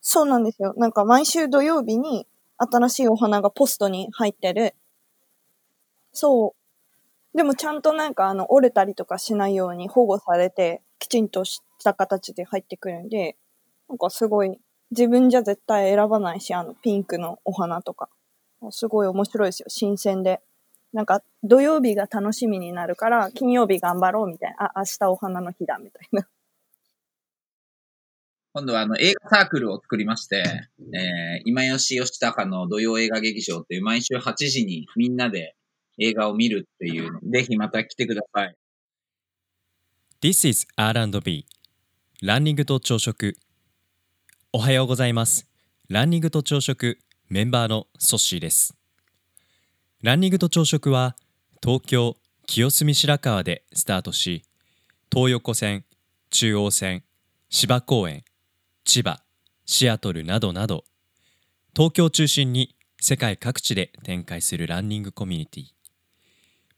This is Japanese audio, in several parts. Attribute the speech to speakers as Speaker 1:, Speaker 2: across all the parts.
Speaker 1: そうなんですよ。なんか毎週土曜日に新しいお花がポストに入ってる。そう。でもちゃんとなんかあの折れたりとかしないように保護されて、きちんとした形で入ってくるんで、なんかすごい自分じゃ絶対選ばないし、あのピンクのお花とか。すごい面白いですよ。新鮮で。なんか土曜日が楽しみになるから、金曜日頑張ろうみたいな。あ、明日お花の日だみたいな。
Speaker 2: 今度はあの映画サークルを作りまして、えー、今吉義高の土曜映画劇場っていう毎週8時にみんなで映画を見るっていうの、ぜひまた来てください。
Speaker 3: This is R&B ランニングと朝食おはようございますランニングと朝食メンバーのソッシーですランニングと朝食は東京清澄白河でスタートし東横線中央線芝公園千葉シアトルなどなど東京を中心に世界各地で展開するランニングコミュニティ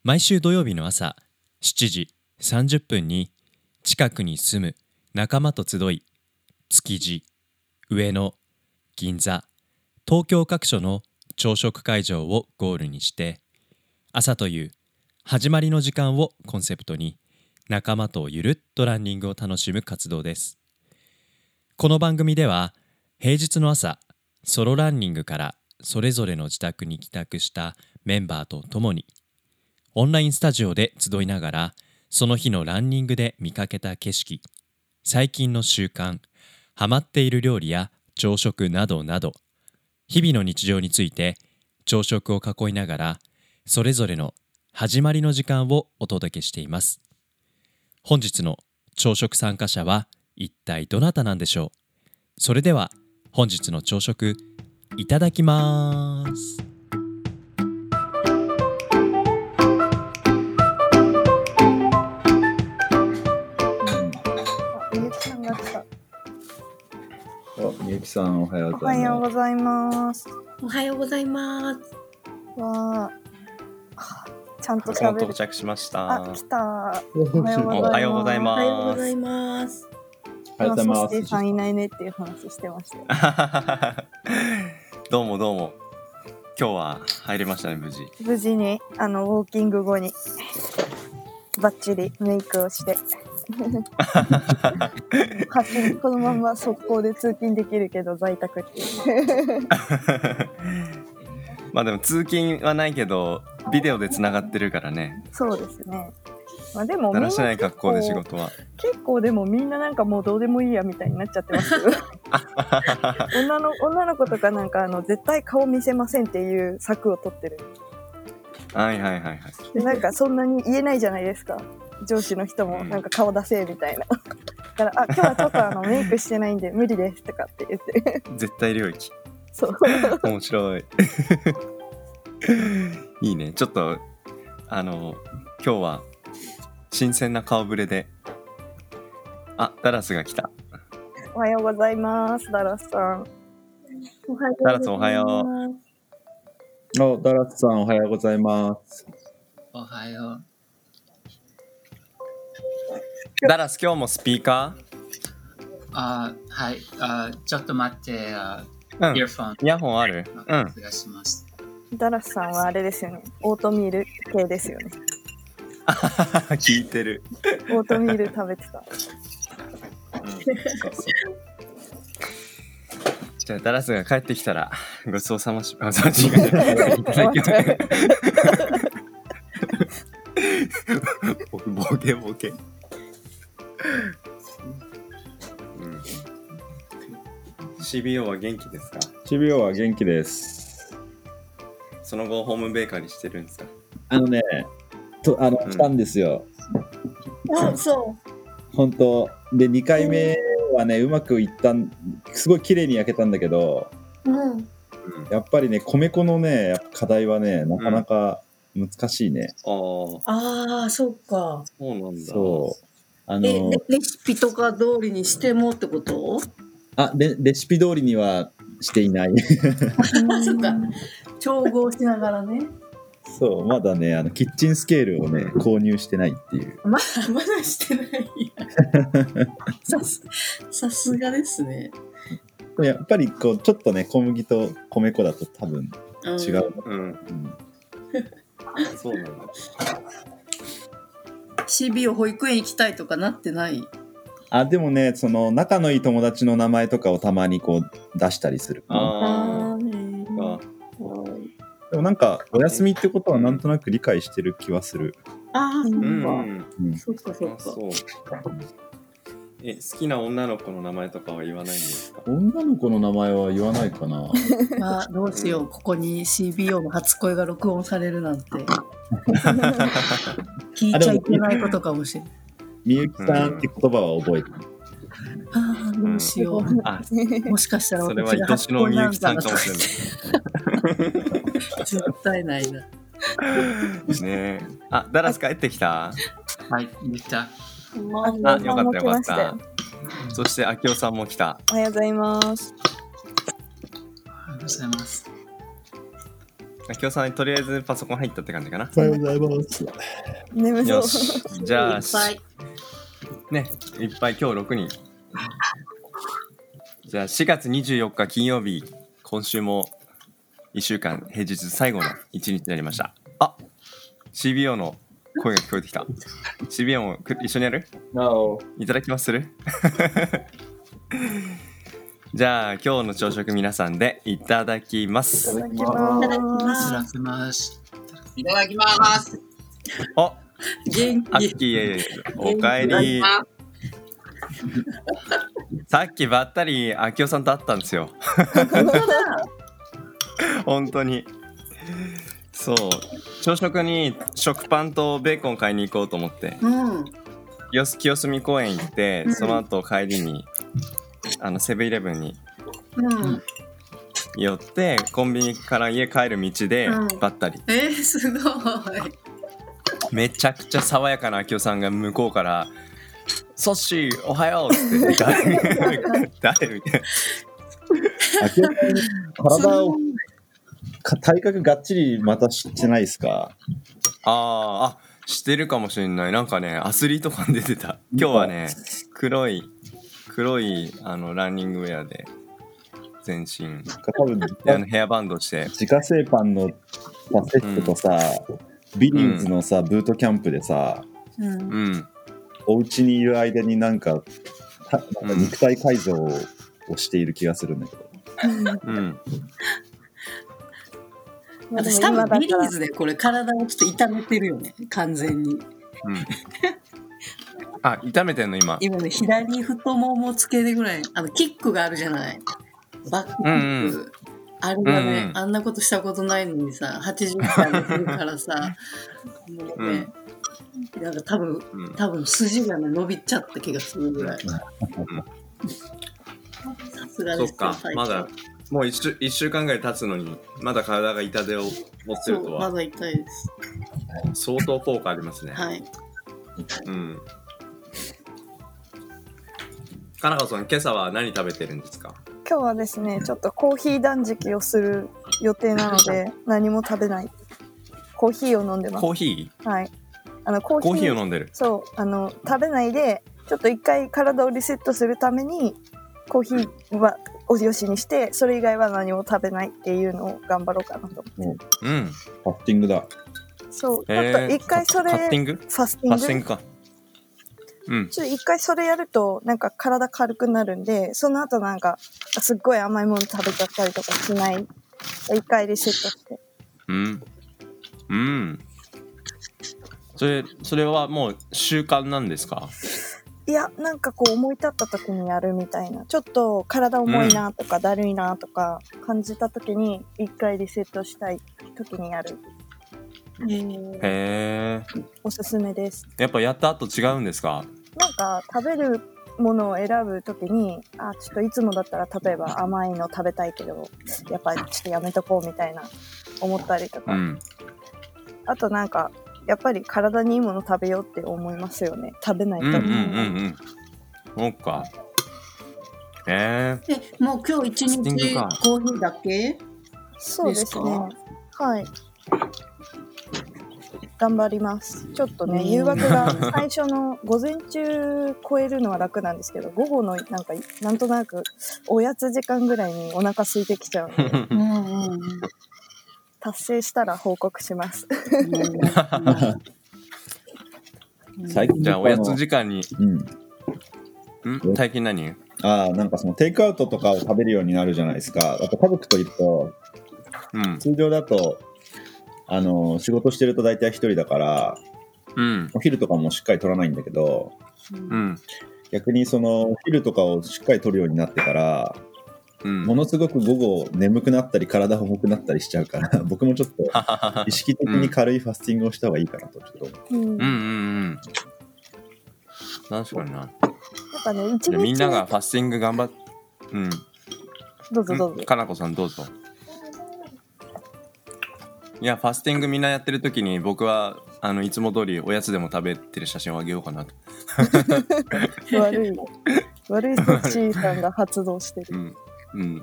Speaker 3: 毎週土曜日の朝7時30分に近くに住む仲間と集い築地上野銀座東京各所の朝食会場をゴールにして朝という始まりの時間をコンセプトに仲間とゆるっとランニングを楽しむ活動ですこの番組では平日の朝ソロランニングからそれぞれの自宅に帰宅したメンバーと共にオンラインスタジオで集いながらその日のランニングで見かけた景色最近の習慣ハマっている料理や朝食などなど日々の日常について朝食を囲いながらそれぞれの始まりの時間をお届けしています本日の朝食参加者は一体どなたなんでしょうそれでは本日の朝食いただきます
Speaker 1: あ、ゆうきさんが来た。
Speaker 4: お、みゆきさんおはよ
Speaker 1: お
Speaker 4: うござ
Speaker 1: はいようご
Speaker 4: ま
Speaker 1: ざいます。
Speaker 5: おはようございます。
Speaker 1: わー。ちゃんと
Speaker 6: 僕も
Speaker 1: 喋
Speaker 6: 到
Speaker 1: る。
Speaker 6: 着しまし
Speaker 1: あ、
Speaker 6: た
Speaker 1: 来。た。
Speaker 4: す。
Speaker 1: おはようございます。
Speaker 6: おはよう
Speaker 5: おはよう
Speaker 6: ございま
Speaker 5: ございます。
Speaker 4: おはようございま
Speaker 1: ソシエさん
Speaker 4: す。
Speaker 1: いないねっていう話してましたよ。
Speaker 6: どうもどうも。今日は入れましたね無事。
Speaker 1: 無事に、あの、ウォーキング後に、バッチリメイクを して、勝手にこのまま速攻で通勤できるけど、在宅っていう。
Speaker 6: まあでも通勤はないけどビデオでつながってるからね。
Speaker 1: そうですね。まあでも、み
Speaker 6: だ
Speaker 1: んな
Speaker 6: らしない
Speaker 1: 結
Speaker 6: 格好で仕事は。
Speaker 1: 構でもみんななんかもうどうでもいいやみたいになっちゃって ますけど女の女の子とかなんかあの絶対顔見せませんっていう策を取ってる
Speaker 6: はいはいはいはい。
Speaker 1: でなんかそんなに言えないじゃないですか上司の人も
Speaker 6: うん
Speaker 1: なんか顔出せみたいなだから「あ今日はちょっとあのメイクしてないんで無理です」とかって言って
Speaker 6: 絶対領域。
Speaker 1: そう
Speaker 6: 面白い。 いいね。ちょっとあの今日は新鮮な顔ぶれで。あダラスが来た。
Speaker 1: 「おはようございますダラスさん
Speaker 5: おはよう
Speaker 6: ダラスおはよう
Speaker 5: う。
Speaker 4: お、ダラスさんおはようございます。
Speaker 7: おはよ
Speaker 6: ダラス今日もスピーカ
Speaker 7: う。あーはいあー。ちょっと待って、あー
Speaker 6: ー？
Speaker 7: イヤ
Speaker 6: うん。
Speaker 7: フォン
Speaker 6: イヤホンある？う
Speaker 7: の
Speaker 6: ん。
Speaker 7: 気がします。」
Speaker 1: ダラスさんはあれですよねオートミール系ですよね
Speaker 6: 聞いてる。
Speaker 1: オートミール食べてた
Speaker 6: じゃあダラスが帰ってきたらごちそうさまし。あ、そう違う。いただきま
Speaker 1: 終わっちゃう
Speaker 6: 僕ボケボケ。うん。CBO は元気ですか？
Speaker 4: チビオは元気です。
Speaker 6: その後ホームベーカリーしてるんですか？
Speaker 4: あのね、とあの
Speaker 6: うん
Speaker 4: 来たんですよ。
Speaker 5: あ、そ
Speaker 4: 本当で2回目はねうまくいったんすごい綺麗に焼けたんだけど、
Speaker 5: う。うん。
Speaker 6: うん。
Speaker 4: やっぱりね米粉のねやっぱ課題はねなかなか難しいね。
Speaker 6: ああ、
Speaker 5: ああ、そうか。
Speaker 6: そうなんだ。
Speaker 4: そう。あ
Speaker 5: え、レ
Speaker 4: の
Speaker 5: レシピとか通りにしてもってこと？
Speaker 4: あレレシピ通りにはしていない。
Speaker 5: あ、 そっか。調合しながらね。
Speaker 4: そうまだねあのキッチンスケールをね購入してないっていう。
Speaker 5: まだま だしてないや。さすさすがですね。
Speaker 4: もやっぱりこうちょっとね小麦と米粉だと多分
Speaker 5: うん
Speaker 4: 違う、
Speaker 6: うん。
Speaker 4: うん
Speaker 6: そうなんだ。
Speaker 5: CBO 保育園行きたいとかなってない
Speaker 4: あでもねその仲のいい友達の名前とかをたまにこう出したりする
Speaker 6: あ
Speaker 1: ね
Speaker 6: あ。あ
Speaker 4: でもなんかお休みってことはなんとなく理解してる気はする
Speaker 5: あ
Speaker 6: う
Speaker 5: ー
Speaker 6: ん。
Speaker 5: そっかそっ
Speaker 6: あ、
Speaker 5: か
Speaker 6: そう。え、好きな女の子の名前とかは言わないんですか
Speaker 4: 女の子の名前は言わないかな
Speaker 5: まあどうしようここに CBO の初恋が録音されるなんて聞いちゃいけないことかもしれない
Speaker 4: みゆきさんって言葉は覚えてる、
Speaker 5: ああどうしよう
Speaker 6: あ、
Speaker 5: もしかしたら
Speaker 6: それは
Speaker 5: 私が
Speaker 6: 愛
Speaker 5: 初
Speaker 6: しの
Speaker 5: 恋
Speaker 6: み
Speaker 5: な
Speaker 6: ゆ
Speaker 5: ん
Speaker 6: きさ
Speaker 5: か
Speaker 6: ん
Speaker 5: な
Speaker 6: か
Speaker 5: と
Speaker 6: も
Speaker 5: か
Speaker 6: しれない。
Speaker 5: 絶対ないな
Speaker 6: ねえ。あ、ダラス帰ってきた。
Speaker 7: はい、できた。
Speaker 1: ありが、
Speaker 6: あ
Speaker 1: と
Speaker 6: よ
Speaker 1: う
Speaker 6: かっ
Speaker 1: ござ
Speaker 6: た
Speaker 1: い
Speaker 6: よかっ。
Speaker 1: ました
Speaker 6: そして、あきおさんも来た。
Speaker 1: おはようございます。
Speaker 7: ありがとうございます。
Speaker 6: あきおさん、とりあえずパソコン入ったって感じかな。
Speaker 4: おはようございます
Speaker 1: 眠そ
Speaker 6: よ
Speaker 1: う。
Speaker 6: し。じゃ
Speaker 5: い
Speaker 6: あ
Speaker 5: っ、ぱい
Speaker 6: ね、いっぱい今日6人。じゃあ4月24日金曜日、今週も1週間平日最後の1日になりました。あ CBO の声が聞こえてきた。CBO もく一緒にやるいただきますする じゃあ今日の朝食皆さんでいただきます。
Speaker 1: いただき
Speaker 7: いた
Speaker 1: ま
Speaker 7: だきます。
Speaker 2: いただきます。
Speaker 6: お
Speaker 5: 元
Speaker 6: ア
Speaker 5: 気
Speaker 6: ッキー、おかえり。さっきばったり、あきおさんと会ったんですよ。本当に。そう。朝食に食パンとベーコン買いに行こうと思って、
Speaker 5: うん
Speaker 6: よす清澄公園行って
Speaker 5: う、ん
Speaker 6: その後帰りに、あの、セブンイレブンに
Speaker 5: うん
Speaker 6: 寄って、コンビニから家帰る道で
Speaker 5: うん
Speaker 6: ばったり。
Speaker 5: えー、すごい
Speaker 6: めちゃくちゃ爽やかなあきおさんが向こうから、ソッシー、おはようって、誰誰みたいな。
Speaker 4: 明らかに体をか体格がっちりまた知ってないですか
Speaker 6: あーあしてるかもしれないなんかねアスリート感出てた今日はね黒い黒いあのランニングウェアで全身
Speaker 4: なんか多分
Speaker 6: であのヘアバンドして
Speaker 4: 自家製パンのパセットとさ、ビリーズのさブートキャンプでさ
Speaker 5: うん
Speaker 6: うん
Speaker 4: お家にいる間になんかたなんか肉体改造をしている気がするんだけど、
Speaker 6: うん
Speaker 1: す。
Speaker 5: 私多分ビリーズでこれ体をちょっと痛めてるよね完全に
Speaker 6: うんあ痛めてんの今
Speaker 5: 今ね左太ももつけてぐらいあのキックがあるじゃないバックキック、
Speaker 6: う
Speaker 5: あれがね、
Speaker 6: うんうん
Speaker 5: あんなことしたことないのにさ80歳でするから さもうね、なんか多分
Speaker 6: うん
Speaker 5: 多分筋がね伸びちゃった気がするぐらい、さすが
Speaker 6: そ
Speaker 5: で
Speaker 6: っ
Speaker 5: す
Speaker 6: かまだもう 1, 週一週間ぐらい経つのにまだ体が痛手を持って
Speaker 5: そ
Speaker 6: ると
Speaker 5: うま
Speaker 6: は
Speaker 5: だ痛いです
Speaker 6: 相当効果ありますね、
Speaker 5: はい
Speaker 6: うんかなこさん今朝は何食べてるんですか
Speaker 1: 今日はですね、ちょっとコーヒー断食をする予定なので、何も食べない。コーヒーを飲んでます
Speaker 6: コ。ーヒー
Speaker 1: はい。あの、コーヒー
Speaker 6: コーヒーを飲んでる
Speaker 1: そう、あの、食べないで、ちょっと一回体をリセットするために、コーヒーは、およしにして、それ以外は何も食べないっていうのを頑張ろうかなと。
Speaker 6: うん
Speaker 4: ファッティングだ
Speaker 1: そう、ち
Speaker 6: え
Speaker 1: ょっ
Speaker 6: ー
Speaker 1: と一回それ、
Speaker 6: カッティング
Speaker 1: ファステ
Speaker 6: パ
Speaker 1: ィン
Speaker 6: ッティ
Speaker 1: グ
Speaker 6: ングかうん
Speaker 1: ちょっと一回それやるとなんか体軽くなるんでその後なんかすっごい甘いもの食べちゃったりとかしない一回リセットして
Speaker 6: うんうんそれそれはもう習慣なんですか
Speaker 1: いやなんかこう思い立った時にやるみたいなちょっと体重いなとかだるいなとか感じた時に一回リセットしたい時にやる
Speaker 6: へえ
Speaker 1: おすすめです
Speaker 6: やっぱやった後違うんですか
Speaker 1: なんか食べるものを選ぶときにあちょっといつもだったら例えば甘いの食べたいけどやっぱりちょっとやめとこうみたいな思ったりと
Speaker 6: う
Speaker 1: か、
Speaker 6: ん
Speaker 1: あとなんかやっぱり体にいいもの食べようって思いますよね食べない
Speaker 6: うん
Speaker 1: と、
Speaker 6: うんうんうんそっかへえ
Speaker 5: えもう今日一
Speaker 6: スティング
Speaker 5: 日
Speaker 6: か
Speaker 5: コーヒーだけ
Speaker 1: そうですね
Speaker 5: です
Speaker 1: はい頑張ります。ちょっと
Speaker 5: う
Speaker 1: ね、
Speaker 5: ん
Speaker 1: 誘惑が最初の午前中超えるのは楽なんですけど、午後のなんか、なんとなくおやつ時間ぐらいにお腹空いてきちゃうので、
Speaker 5: うんうんうん
Speaker 1: 達成したら報告します。
Speaker 5: うん
Speaker 4: 最近
Speaker 6: じゃあおやつ
Speaker 4: 時
Speaker 6: 時間に、
Speaker 4: うん。
Speaker 6: ん最近何
Speaker 4: ああ、なんかそのテイクアウトとかを食べるようになるじゃないですか。あと家族と行くと、
Speaker 6: うん。
Speaker 4: 通常だと、あの、仕事してると大体一人だから、
Speaker 6: うん。
Speaker 4: お昼とかもしっかり取らないんだけど、
Speaker 6: うん。
Speaker 4: 逆にその、お昼とかをしっかり取るようになってから、
Speaker 6: うん。
Speaker 4: ものすごく午後眠くなったり体重くなったりしちゃうから 僕もちょっ と意識的に軽いファスティングをした方がいいかなとちょっと思う
Speaker 1: うん
Speaker 6: うんうんうん。確かにな。
Speaker 1: なんかね、一
Speaker 6: じゃあ
Speaker 1: 日
Speaker 6: みんながファスティング頑張っ、うん。
Speaker 1: どうぞどう
Speaker 6: うん
Speaker 1: ぞ。
Speaker 6: かなこさんどうぞ。いや、ファスティングみんなやってる時に僕は、あの、いつも通りおやつでも食べてる写真をあげようかなと。
Speaker 1: 悪い、悪いセクシーさんが発動して
Speaker 6: う
Speaker 1: る。
Speaker 6: ん。うん。
Speaker 4: ち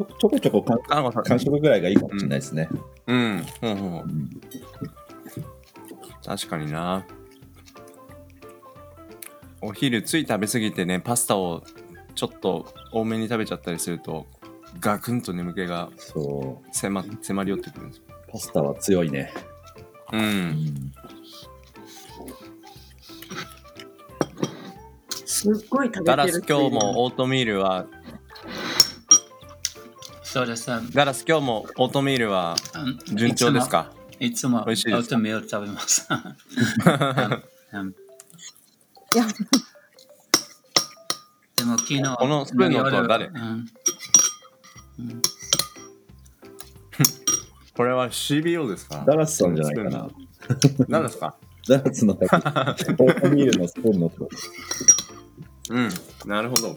Speaker 4: ょちょこちょこかん
Speaker 6: かなこさん
Speaker 4: 間、食ぐらいがいいかもしれないですね、
Speaker 6: うん。ほうほう
Speaker 4: うん
Speaker 6: 確かになお昼つい食べ過ぎてねパスタをちょっと多めに食べちゃったりするとガクンと眠気が
Speaker 4: そ
Speaker 6: 迫迫り寄ってくるんですよ
Speaker 4: うパスタは強いね、
Speaker 6: う
Speaker 4: うんん、
Speaker 5: すっごい食べ
Speaker 6: ガ
Speaker 5: て
Speaker 6: ラ
Speaker 5: る
Speaker 6: ス
Speaker 5: 人い
Speaker 6: 今
Speaker 5: る
Speaker 6: 日もオートミールは
Speaker 7: そうです。あ
Speaker 6: ガラス今日もオートミールは順調ですか
Speaker 7: いつも
Speaker 6: 美
Speaker 7: い
Speaker 6: 味し
Speaker 7: つ
Speaker 6: い
Speaker 7: もオ
Speaker 6: で
Speaker 7: ー
Speaker 6: す
Speaker 7: トミール食べます。うん
Speaker 1: いや、
Speaker 7: でも昨日
Speaker 6: このスプーンの音は誰
Speaker 7: うん
Speaker 6: これは CBO ですか
Speaker 4: ダラスさんじゃないかな
Speaker 6: 何ですか
Speaker 4: ダ ラスのオートミールのスプーンの音
Speaker 6: うんなるほど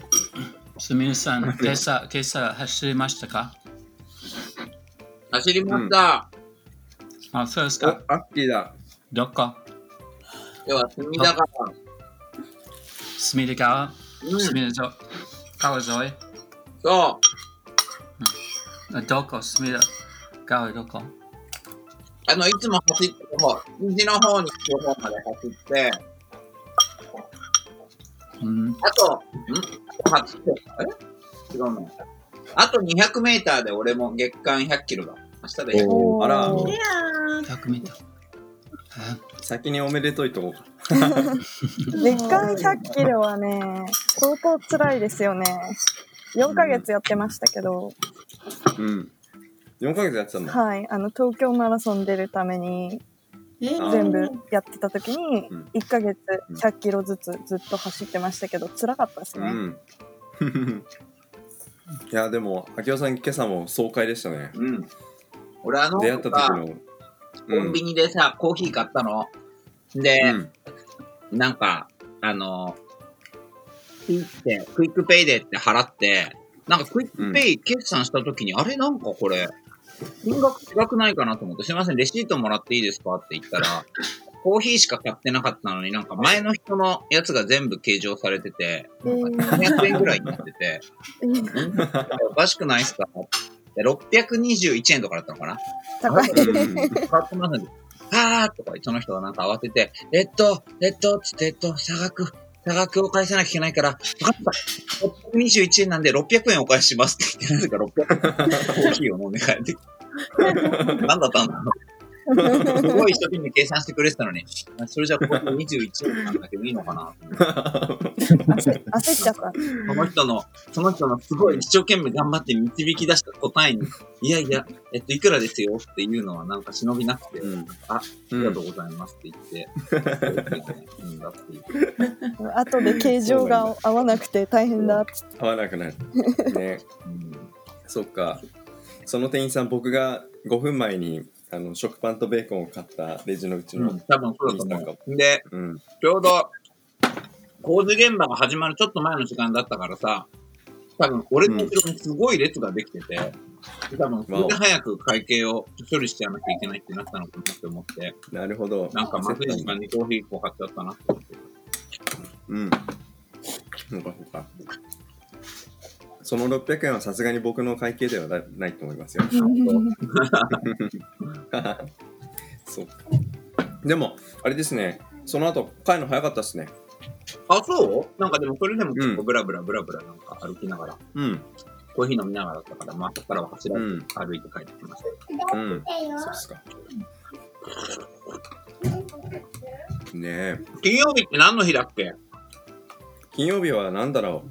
Speaker 7: すみれさん、今朝、今朝走りましたか
Speaker 2: 走りました。
Speaker 7: あ、そうですか。
Speaker 6: アッキーだ
Speaker 7: どこ
Speaker 2: 今日は隅田川。
Speaker 7: 隅田川
Speaker 2: うん、
Speaker 7: 隅田ぞ川沿い
Speaker 2: そ
Speaker 7: あどこ隅田川どこ
Speaker 2: う。あの、いつも走ってる方、西の方に行く方まで走って、
Speaker 7: うん。
Speaker 2: あと、んあと8え違うの。あと200メーターで俺も月間100キロだ。明日で100
Speaker 1: おー
Speaker 6: あら
Speaker 5: いや
Speaker 7: 100メートル。
Speaker 6: 先におめでとういとこうか
Speaker 1: 月間100キロはね、相当辛いですよね。4ヶ月やってましたけど、
Speaker 6: うん4ヶ月やってたんだ
Speaker 1: はい、あの、東京マラソン出るために、
Speaker 5: ー
Speaker 1: 全部やってた時に
Speaker 6: うん
Speaker 1: 1ヶ月
Speaker 6: うん
Speaker 1: 100キロずつずっと走ってましたけど辛かったですね、
Speaker 6: うん いやでも秋夫さん今朝も爽快でしたね
Speaker 2: うん。俺あの、
Speaker 6: 出会った時
Speaker 2: さ
Speaker 6: の
Speaker 2: コンビニでさ、コーヒー買ったの。で、
Speaker 6: うん
Speaker 2: なんか、あの、ピッて、クイックペイでって払って、なんかクイックペイ決算した時に、あれなんかこれ、金額違くないかなと思って、すいません、レシートもらっていいですかって言った ら、コーヒーしか買ってなかったのになんか前の人のやつが全部計上されてて、なんか700円ぐらいになってて、おかしくないっすかで621円とかだったのかな
Speaker 1: 高い
Speaker 2: 変わってますんで、あーとか、その人がなんか慌てて、えっと、えっと、つって、えっと、差額、差額を返さなきゃいけないから、わかった、621円なんで600円お返ししますって言って、なぜか600円コーヒーを飲んで帰ってきて。なんだったんだろう。すごい一生懸命計算してくれてたのに、それじゃあここ21円なんだけどいいのかなと思って
Speaker 1: 焦焦っちゃった
Speaker 2: その人の、その人のすごい一生懸命頑張って導き出した答えに、いやいや、えっと、いくらですよっていうのはなんか忍びなくて、
Speaker 6: うん
Speaker 2: あ、あ
Speaker 6: う
Speaker 2: り
Speaker 6: ん
Speaker 2: がとうございますって言って、うんだって言って
Speaker 1: 後で形状が合わなくて大変だっつって
Speaker 6: 合わなくなるね
Speaker 2: うん
Speaker 6: そっかその店員さん僕が5分前にあの食パンとベーコンを買ったレジのうち
Speaker 2: う
Speaker 6: の
Speaker 2: ん、多分そうだと
Speaker 6: なんか
Speaker 2: 思う。で、
Speaker 6: うん
Speaker 2: ちょうど、工事現場が始まるちょっと前の時間だったからさ、多分俺の後ろにすごい列ができてて、多分それで早く会計を処理しちゃわなきゃいけないってなったのかなって思って、
Speaker 6: なるほど
Speaker 2: なんかまずい時
Speaker 6: セット
Speaker 2: 間
Speaker 6: に
Speaker 2: にコーヒー1個買っちゃったなって思って。
Speaker 6: うんそうかそうかその600円はさすがに僕の会計ではなないと思いますよ
Speaker 2: そう
Speaker 6: そうでもあれですねその後帰るの早かったですね
Speaker 2: あ、そうなんかでもそれでも結構ブラブラブラブラなんか歩きながら、
Speaker 6: うん
Speaker 2: コーヒー飲みながらだったから、まあそこからは走ら
Speaker 6: う
Speaker 2: ず
Speaker 6: ん
Speaker 2: 歩いて帰ってきました。
Speaker 6: うんそうっすかねえ
Speaker 2: 金曜日って何の日だっけ
Speaker 6: 金曜日は何だろう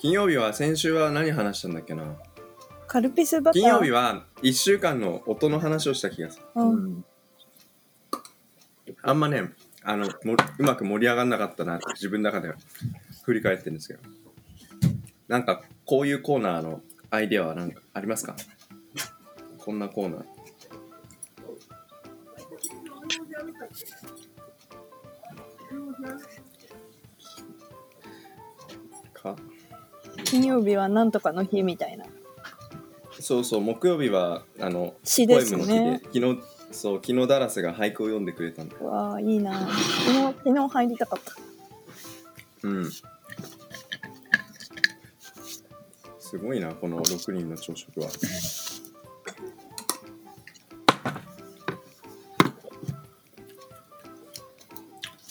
Speaker 6: 金曜日は先週は何話したんだっけな
Speaker 1: カルピスバター。
Speaker 6: 金曜日は1週間の音の話をした気がする
Speaker 1: うん
Speaker 2: ん。
Speaker 6: あんまねあのもうまく盛り上がんなかったなって自分の中で振り返ってるんですけどなんかこういうコーナーのアイデアは何かありますかこんなコーナーか
Speaker 1: 金曜日はなんとかの日みたいな。
Speaker 6: そうそう木曜日はあの
Speaker 1: 詩です
Speaker 6: ポエムの
Speaker 1: ね
Speaker 6: 日で昨日そう昨日ダラスが俳句を読んでくれたんだ
Speaker 1: うわあいいな。昨日昨日入りたかった。
Speaker 6: うん。すごいな、この6人の朝食は。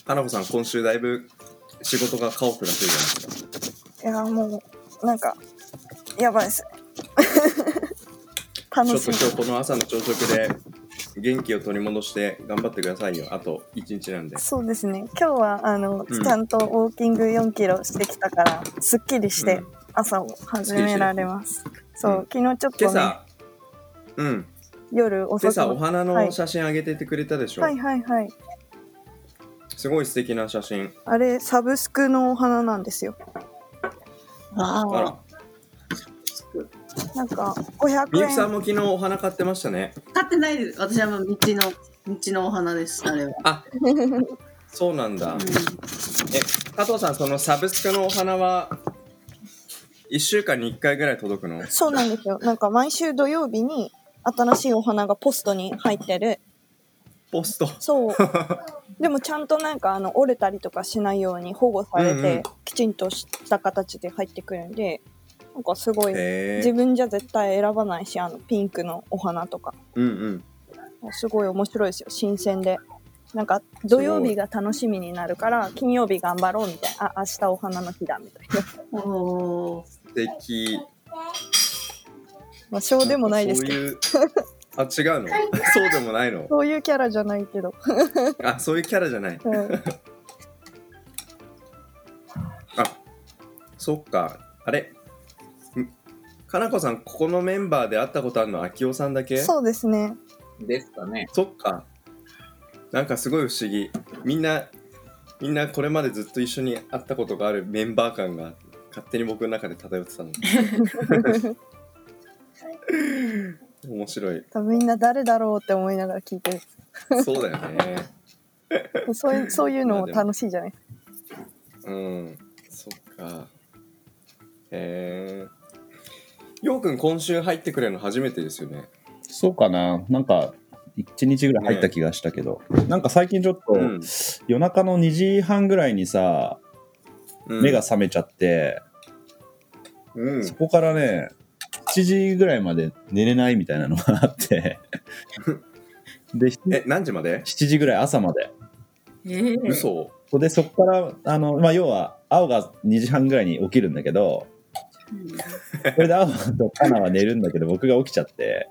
Speaker 6: 花子さん、今週だいぶ仕事が家屋だというじゃないですか。
Speaker 1: いやーもうなんかやばい です。楽
Speaker 6: ちょっ
Speaker 1: し
Speaker 6: と
Speaker 1: み
Speaker 6: 今。日この朝の朝食で元気を取り戻して頑張ってくださいよ。あと1日なんで。
Speaker 1: そうですね。今日はあの、
Speaker 6: うん
Speaker 1: ちゃんとウォーキング4キロしてきたからすっきりし
Speaker 6: う
Speaker 1: て
Speaker 6: ん
Speaker 1: 朝を始められます。
Speaker 6: う
Speaker 1: そ
Speaker 6: ん
Speaker 1: う昨日ちょっ
Speaker 6: 今
Speaker 1: と、ね、
Speaker 6: 朝、うん、
Speaker 1: 夜遅
Speaker 6: 今
Speaker 1: く
Speaker 6: 朝お花
Speaker 1: は
Speaker 6: の
Speaker 1: い
Speaker 6: 写真あげててくれたでしょ。
Speaker 1: はいはいはい。
Speaker 6: すごい素敵な写真。
Speaker 1: あれサブスクのお花なんですよ。
Speaker 6: あら。
Speaker 1: なんか
Speaker 6: み
Speaker 1: 500
Speaker 6: ゆきさん
Speaker 1: 円。
Speaker 6: も昨日お花買ってましたね。
Speaker 5: 買ってないです。私はもう道の、道のお花です、あれは。
Speaker 6: あそうなんだ。
Speaker 5: う
Speaker 6: え、加藤さん、そのサブスクのお花は、1週間に1回ぐらい届くの
Speaker 1: そうなんですよ。なんか毎週土曜日に新しいお花がポストに入ってる。
Speaker 6: ポスト。
Speaker 1: そう。でもちゃんとなんかあの折れたりとかしないように保護されて、
Speaker 6: うんうん
Speaker 1: きちんとした形で入ってくるんで、なんかすごい
Speaker 6: へ
Speaker 1: 自
Speaker 6: え。
Speaker 1: 分じゃ絶対選ばないし、あのピンクのお花とか、
Speaker 6: うんうん。
Speaker 1: すごい面白いですよ。新鮮で。なんか土曜日が楽しみになるから、金曜日頑張ろうみたいな。あ、明日お花の日だみたい な。
Speaker 5: ん、おー
Speaker 6: 素敵。
Speaker 1: まあ、しょうでもないですけど。
Speaker 6: ど。そういう。あ、違うのそうでもないの
Speaker 1: そういうキャラじゃない けど。
Speaker 6: あ、そういうキャラじゃない。
Speaker 1: うん
Speaker 6: あ、そっか。あれんかなこさん、ここのメンバーで会ったことあるのあきおさんだけ
Speaker 1: そうですね。
Speaker 2: ですかね。
Speaker 6: そっか。なんかすごい不思議。みんな、みんなこれまでずっと一緒に会ったことがあるメンバー感が勝手に僕の中で漂ってたの。面白い。
Speaker 1: 多分みんな誰だろうって思いながら聞いて
Speaker 6: そうだよね。
Speaker 1: る。そういう、そういうのも楽しいじゃないですか。
Speaker 6: うん。そっか。へえ。ようくん今週入ってくれるの初めてですよね。
Speaker 4: そうかな、なんか1日ぐらい入った気がしたけど、なんか最近ちょっと、
Speaker 6: うん
Speaker 4: 夜中の2時半ぐらいにさ、
Speaker 6: うん
Speaker 4: 目が。覚めちゃって、
Speaker 6: うん。
Speaker 4: そこからね、7時ぐらいまで寝れないみたいなのがあ って、で、
Speaker 6: え
Speaker 4: 7、
Speaker 6: 何時まで
Speaker 4: 時ぐらい朝まで。
Speaker 5: えー
Speaker 6: 嘘。
Speaker 4: で、そこから、あの、まあ、要は、青が2時半ぐらいに起きるんだけど、これで青とカナは寝るんだけど、僕が起きちゃって、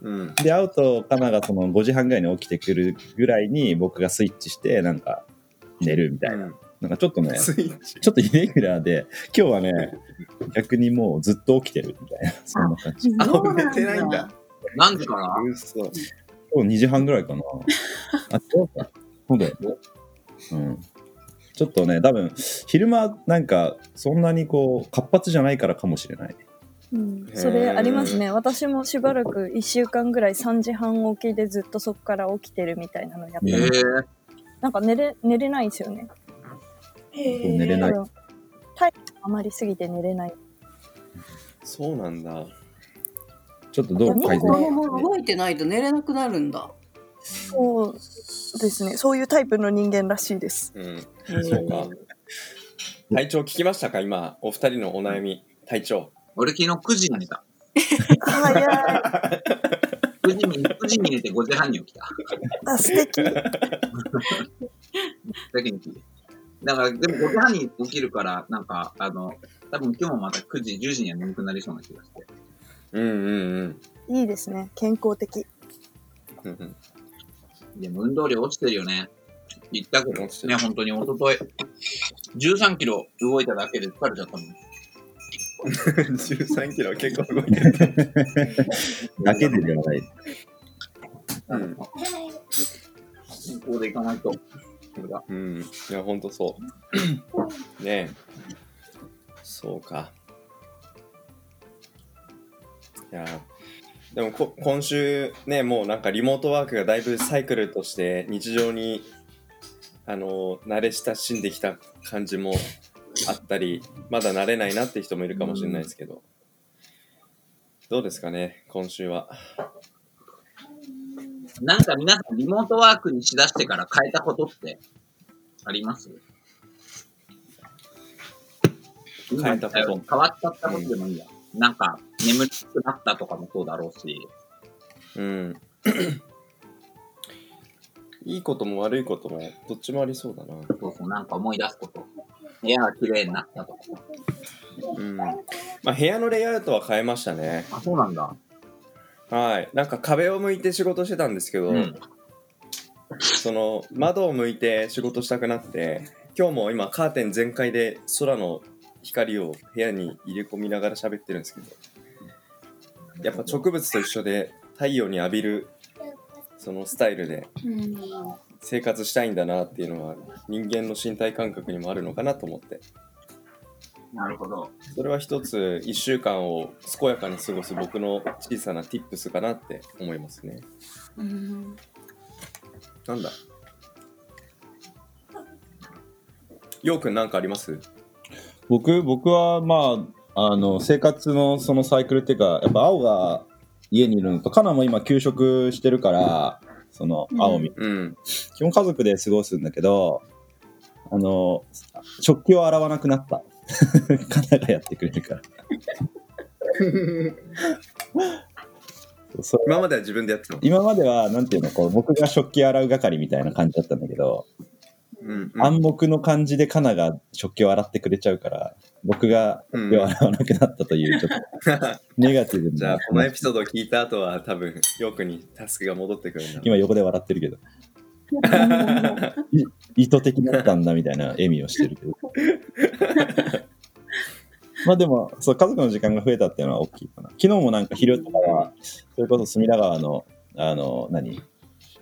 Speaker 6: うん。
Speaker 4: で、青とカナがその5時半ぐらいに起きてくるぐらいに、僕がスイッチして、なんか、寝るみたいな。なんかちょっとね、
Speaker 6: スイッチ。
Speaker 4: ちょっとイレギュラーで、今日はね、逆にもうずっと起きてるみたいな、そんな感じ。
Speaker 6: あ
Speaker 5: そう
Speaker 6: 寝てないんだ。
Speaker 2: 何時から
Speaker 6: 嘘。
Speaker 4: 今日2時半ぐら いかな。あ、そうか。そうだよ。うん。ちょっとね、多分、昼間、なんか、そんなにこう、活発じゃないからかもしれない。
Speaker 1: うん、それありますね。私もしばらく1週間ぐらい3時半起きでずっとそこから起きてるみたいなのやって
Speaker 2: え
Speaker 4: う
Speaker 1: る
Speaker 4: ん。
Speaker 2: ー、
Speaker 1: なんか寝れ、寝れないんですよね。
Speaker 4: 寝れ
Speaker 1: 多
Speaker 4: ない。
Speaker 1: 分、体力あまりすぎて寝れない。
Speaker 6: そうなんだ。
Speaker 4: ちょっとどう
Speaker 5: 子
Speaker 4: 改善
Speaker 5: 供も動いてないと寝れなくなるんだ。
Speaker 1: そうですね。そういうタイプの人間らしい です。
Speaker 6: うん。
Speaker 5: そう
Speaker 6: か体調聞きましたか今お二人のお悩み体調
Speaker 2: 俺昨日9時に寝た。
Speaker 1: 早い。
Speaker 2: 9時に、9時に寝て5時半に起きた。
Speaker 1: あ、素敵。
Speaker 2: だけにだから、でも5時半に起きるから、なんか、あの、多分今日もまた9時、10時には眠くなりそうな気がして。
Speaker 6: うんうんうん
Speaker 1: いいですね。健康 的。
Speaker 6: うんうん。
Speaker 2: でも運動量落ちてるよね。言ったけど
Speaker 6: 落ちて
Speaker 2: ね、
Speaker 6: る
Speaker 2: 本当に一昨日13キロ動いただけで疲れちゃったもん。
Speaker 6: 13キロ結構動いて る。
Speaker 4: だけでではない。
Speaker 6: うん
Speaker 2: 健康でいかないと。それが
Speaker 6: うん、いや、ほんとそう。ねえ。そうか。いや、でもこ今週ね、もうなんかリモートワークがだいぶサイクルとして日常に、あの、慣れ親しんできた感じもあったり、まだ慣れないなって人もいるかもしれないですけど、どうですかね、今週は。
Speaker 2: なんか皆さんリモートワークにしだしてから変えたことってあります
Speaker 6: 変えたこと
Speaker 2: 変わっちゃったことでもいいや。なんか眠くなったとかもそうだろうし。
Speaker 6: うん。いいことも悪いことも、どっちもありそうだな。
Speaker 2: そうそう、なんか思い出すこと。部屋が綺麗になったとか。
Speaker 6: うんまあ、部屋のレイアウトは変えましたね。
Speaker 2: あ、そうなんだ。
Speaker 6: はい。なんか壁を向いて仕事してたんですけど、
Speaker 2: うん。
Speaker 6: その窓を向いて仕事したくなって、今日も今カーテン全開で空の光を部屋に入れ込みながら喋ってるんですけど、やっぱ植物と一緒で太陽に浴びるそのスタイルで生活したいんだなっていうのは人間の身体感覚にもあるのかなと思って、
Speaker 2: なるほど。
Speaker 6: それは一つ1週間を健やかに過ごす僕の小さな tips かなって思いますね。
Speaker 5: うん
Speaker 6: なんだようくんなんかあります
Speaker 4: 僕僕はまああの生活のそのサイクルっていうかやっぱ青が家にいるのとカナも今休職してるからその青み、
Speaker 6: うん。
Speaker 4: 基本家族で過ごすんだけどあの食器を洗わなくなった カナがやってくれるからそう
Speaker 6: 今までは自分でやってたの。
Speaker 4: 今まではなんていうのこう僕が食器洗う係みたいな感じだったんだけど、
Speaker 6: うん、
Speaker 4: 暗黙の感じでカナが食器を洗ってくれちゃうから僕が
Speaker 6: うん
Speaker 4: 手を洗わなくなったというちょっと ネガティブな
Speaker 6: じゃあ、このエピソードを聞いた後は、多分ようくんにタスクが戻ってくるんだ。
Speaker 4: 今横で笑ってるけどい意図的だったんだみたいな笑みをしてるけどまあでもそう家族の時間が増えたっていうのは大きいかな昨日もなんか昼とかはそれこそ隅田川のあの何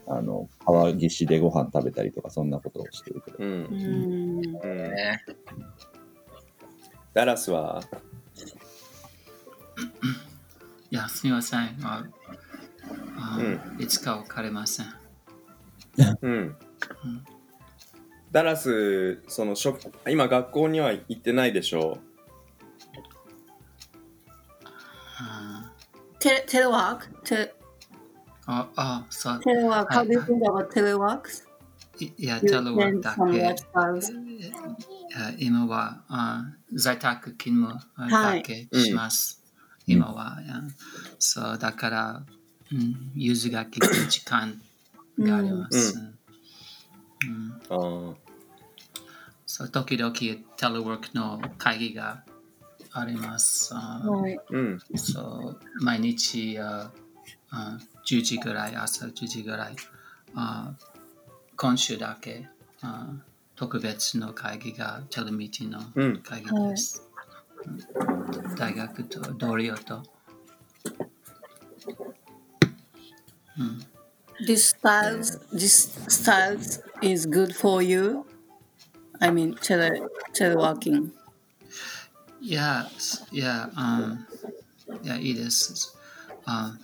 Speaker 4: あの川岸でご飯食べたりとかそんなことをし てるけど
Speaker 6: うん。
Speaker 5: うん
Speaker 6: うん。
Speaker 2: ね、
Speaker 6: ダラスは、
Speaker 7: いや、すみません。ああ
Speaker 6: う
Speaker 7: いつか分かりません。
Speaker 6: うん。ダラス、その、しょ今、学校には行ってないでしょ
Speaker 7: あ
Speaker 5: テテレワークテ
Speaker 7: あ、あそう。
Speaker 5: テレワーク How do you think about telework?
Speaker 7: いいや、テレワークだ
Speaker 5: You
Speaker 7: け
Speaker 5: can。somewhat
Speaker 7: あ今はあ在宅勤務あ
Speaker 5: はい
Speaker 7: だけします。今は、あそうだから、うん、融通が利く時間があります。うん
Speaker 6: う。あ
Speaker 7: そう時々テレワークの会議があります。あ
Speaker 5: はい spouse
Speaker 6: あ。うん。
Speaker 7: そう毎日ああ10時ぐらい、朝10時ぐらい、あ今週だけあ特別の会議がテレミーティングの
Speaker 6: うん。
Speaker 7: 会議です。うん大学と同僚と。うん、
Speaker 5: This style, this style is good for you. I mean, tele, teleworking.
Speaker 7: いや、すいや、うん、いや、いいです。あ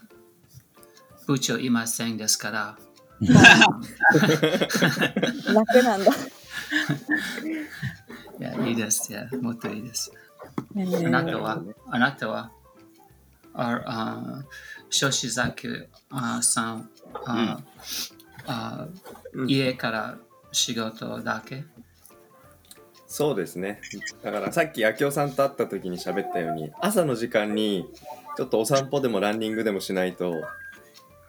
Speaker 7: 部長いませんですから、
Speaker 1: 楽なんだ。
Speaker 7: いや、いいです。いや、もっといいです。あ
Speaker 5: And,
Speaker 7: なたは、あなたは、ああ少子崎あさん、ああ
Speaker 6: うん
Speaker 7: 家から仕事だけ、
Speaker 6: そうですね。だからさっき、あきおさんと会った時に喋ったように、朝の時間に、ちょっとお散歩でもランニングでもしないと、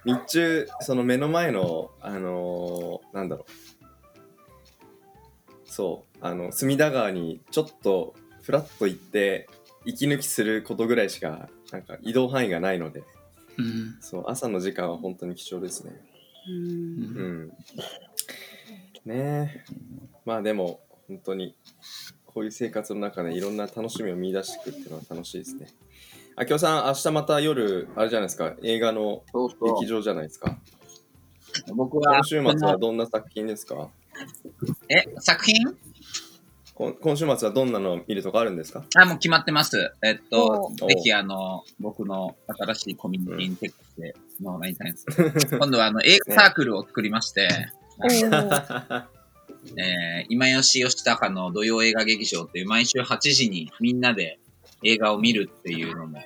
Speaker 6: 日中その目の前のあのーなんだろうそうあの隅田川にちょっとフラッと行って息抜きすることぐらいしかなんか移動範囲がないので
Speaker 7: うん
Speaker 6: そう朝の時間は本当に貴重ですね
Speaker 5: うん
Speaker 7: う
Speaker 6: うんんねえまあでも本当にこういう生活の中でいろんな楽しみを見出していくっていうのは楽しいですねあきおさん明日また夜あれじゃないですか映画の
Speaker 2: そう
Speaker 6: 劇場じゃないですか
Speaker 2: う。僕は
Speaker 6: 今、週末はどんな作品ですか
Speaker 2: え、作品
Speaker 6: こん今週末はどんなのを見るとかあるんですか
Speaker 2: あ、もう決まってます。えっと、
Speaker 6: お
Speaker 2: ぜひ、あの、僕の新しいコミュニティにチェックしてもらいたいんですけど、今度は、あの、映画サークルを作りまして、
Speaker 1: おー
Speaker 2: えー今吉義高の土曜映画劇場っていう、毎週8時にみんなで映画を見るっていうのも、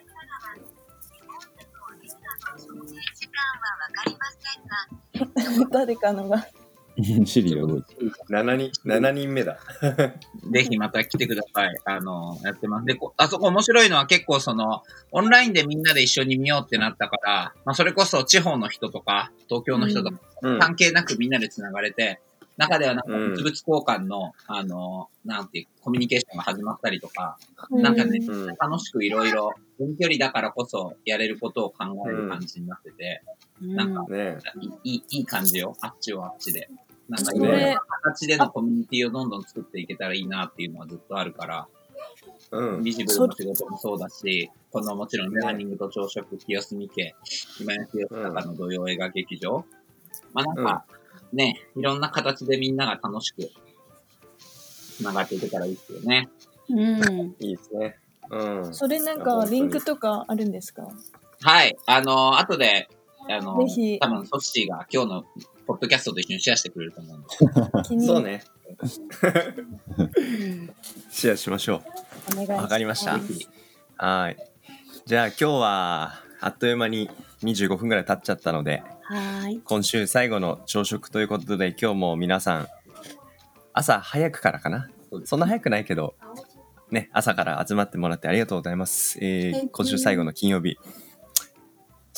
Speaker 1: 誰かのが。
Speaker 4: シリが動いてる。
Speaker 6: 7人 ,7 人目だ
Speaker 2: ぜひまた来てください。あの、やってます。で、こあそこ面白いのは結構その、オンラインでみんなで一緒に見ようってなったから、まあそれこそ地方の人とか、東京の人とか、
Speaker 6: うん
Speaker 2: 関係なくみんなで繋がれて、中ではなんか
Speaker 6: うん
Speaker 2: 物々交換の、あの、なんていう、コミュニケーションが始まったりとか、なんかね
Speaker 1: う
Speaker 6: うん
Speaker 2: 楽しくいろいろ、遠距離だからこそやれることを考える感じになってて、なんか
Speaker 6: ね
Speaker 2: いいいい感じよ。あっちはあっちで。なんかい
Speaker 1: そ
Speaker 2: ろいろ
Speaker 1: れ
Speaker 2: な、形でのコミュニティをどんどん作っていけたらいいなっていうのはずっとあるから、
Speaker 6: うん
Speaker 2: ビジブルの仕事もそうだし、このもちろんラーニングと朝食、清澄家、今や清高の土曜映画劇場。まあなんか、ね、いろんな形でみんなが楽しく、繋がっていけたらいいですよね。
Speaker 5: うん
Speaker 6: いいですねうん
Speaker 1: それなんかリンクとかあるんですか
Speaker 2: はい。あの、後で、あの、
Speaker 1: ぜひ
Speaker 2: 多分ソッシーが今日のポッドキャストと一緒にシェアしてくれると思うんで。
Speaker 1: 気に
Speaker 6: そう
Speaker 1: お
Speaker 6: ね シェアしましょ
Speaker 1: 願いしま
Speaker 6: う
Speaker 1: す。
Speaker 6: わかりました
Speaker 1: は
Speaker 6: はいじゃあ今日はあっという間に25分ぐらい経っちゃったので
Speaker 5: はーい
Speaker 6: 今週最後の朝食ということで今日も皆さん朝早くからかなそんな早くないけどね朝から集まってもらってありがとうございます、えー
Speaker 5: Thank you.
Speaker 6: 今週最後の金曜日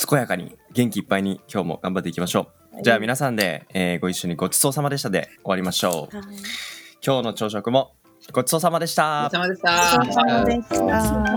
Speaker 6: 健やかに元気いっぱいに今日も頑張っていきましょう、じゃあ皆さんで、えーご一緒にごちそうさまでしたで終わりましょう
Speaker 5: はい
Speaker 6: 今日の朝食もごちそうさまでした
Speaker 2: お疲れ様でし
Speaker 1: お
Speaker 2: た
Speaker 1: 疲れ様でした。